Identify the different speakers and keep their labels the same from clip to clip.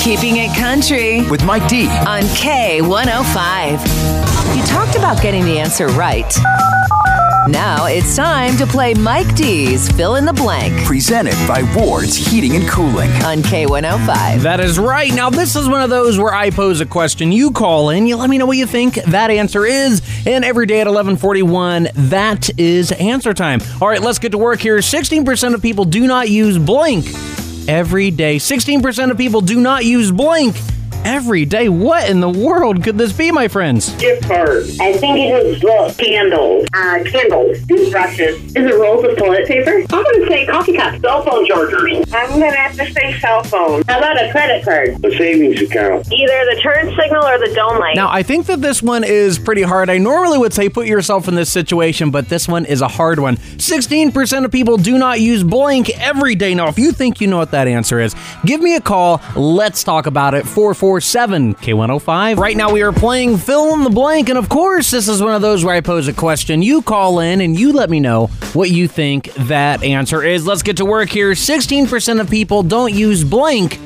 Speaker 1: Keeping it country
Speaker 2: with Mike D.
Speaker 1: on K105. You talked about getting the answer right. Now it's time to play Mike D's Fill in the Blank
Speaker 2: Presented by Ward's Heating and Cooling.
Speaker 1: on K105.
Speaker 3: That is right. Now, this is one of those where I pose a question, you call in, you let me know what you think that answer is, and every day at 1141, that is answer time. All right, let's get to work here. 16% of people do not use blink every day. 16% of people do not use blink every day. What in the world could this be, my friends?
Speaker 4: gift cards. I think it is look, candles, uh, candles, toothbrushes. Is it rolls of toilet paper? I'm gonna say coffee cups, cell phone chargers. I'm gonna have to say cell phone. How about a credit card?
Speaker 5: a savings account.
Speaker 4: Either the turn signal or the dome light.
Speaker 3: Now, I think that this one is pretty hard. I normally would say put yourself in this situation, but this one is a hard one. 16% of people do not use blank every day. Now, if you think you know what that answer is, give me a call. Let's talk about it. 447 K105. Right now, we are playing fill in the blank. And of course, this is one of those where I pose a question. You call in and you let me know what you think that answer is. Let's get to work here. 16% of people don't use blank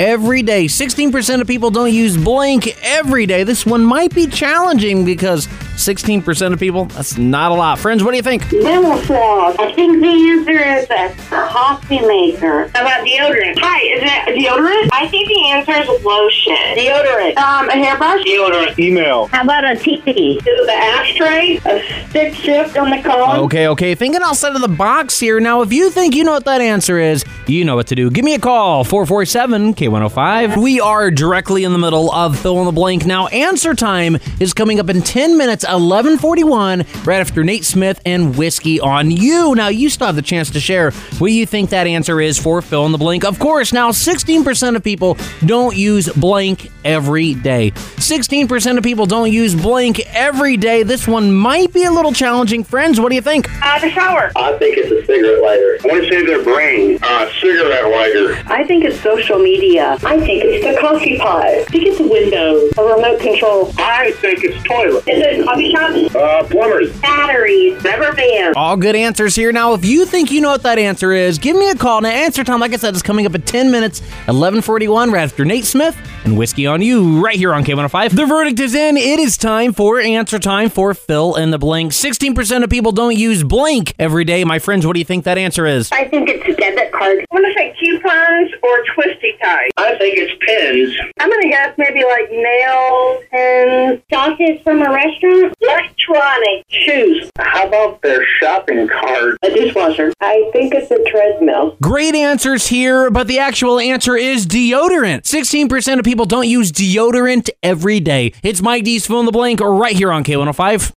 Speaker 3: every day. 16% of people don't use blank every day. This one might be challenging because 16% of people, that's not a lot. Friends, what do you think?
Speaker 4: Camouflage. I think the answer is a coffee maker. How about deodorant? Hi, is it deodorant? I think the answer is lotion. Deodorant. Um, a hairbrush? Deodorant.
Speaker 5: Email.
Speaker 4: How about a teepee? The ashtray? A stick shift on the column?
Speaker 3: Okay, okay. Thinking outside of the box here. Now, if you think you know what that answer is, you know what to do. Give me a call, 447 K105. We are directly in the middle of fill in the blank. Now, answer time is coming up in 10 minutes, 1141, right after Nate Smith and Whiskey on You. Now, you still have the chance to share what you think that answer is for fill in the blank. Of course, now 16% of people don't use blank every day. 16% of people don't use blank every day. This one might be a little challenging. Friends, what do you think?
Speaker 4: Uh, the shower.
Speaker 6: I think it's a cigarette lighter.
Speaker 5: I want to say their brain. Uh, cigarette lighter.
Speaker 4: I think it's social media. I think it's the coffee pot. I think it's windows. A remote control.
Speaker 5: I think it's toilet.
Speaker 4: Is it coffee shop?
Speaker 5: Uh, plumbers.
Speaker 4: Batteries. Rubber bands.
Speaker 3: All good answers here. Now, if you think you know what that answer is, give me a call. Now, answer time, like I said, is coming up at 10 minutes, 1141, right after Nate Smith and Whiskey on You, right here on K105. The verdict is in. It is time for answer time for fill in the blank. 16% of people don't use blank every day. My friends, what do you think that answer is?
Speaker 4: I think it's a debit card.
Speaker 7: I'm gonna say coupons or twisty ties.
Speaker 6: I think it's pins.
Speaker 7: I'm gonna guess maybe like nails and
Speaker 4: Sauces from a restaurant?
Speaker 7: electronic.
Speaker 4: Shoes.
Speaker 6: How about their shopping cart?
Speaker 4: A dishwasher. I think it's a treadmill.
Speaker 3: Great answers here, but the actual answer is deodorant. 16% of people don't use deodorant every day. It's Mike D's Fill in the Blank right here on K105.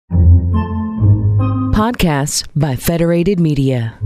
Speaker 8: Podcasts by Federated Media.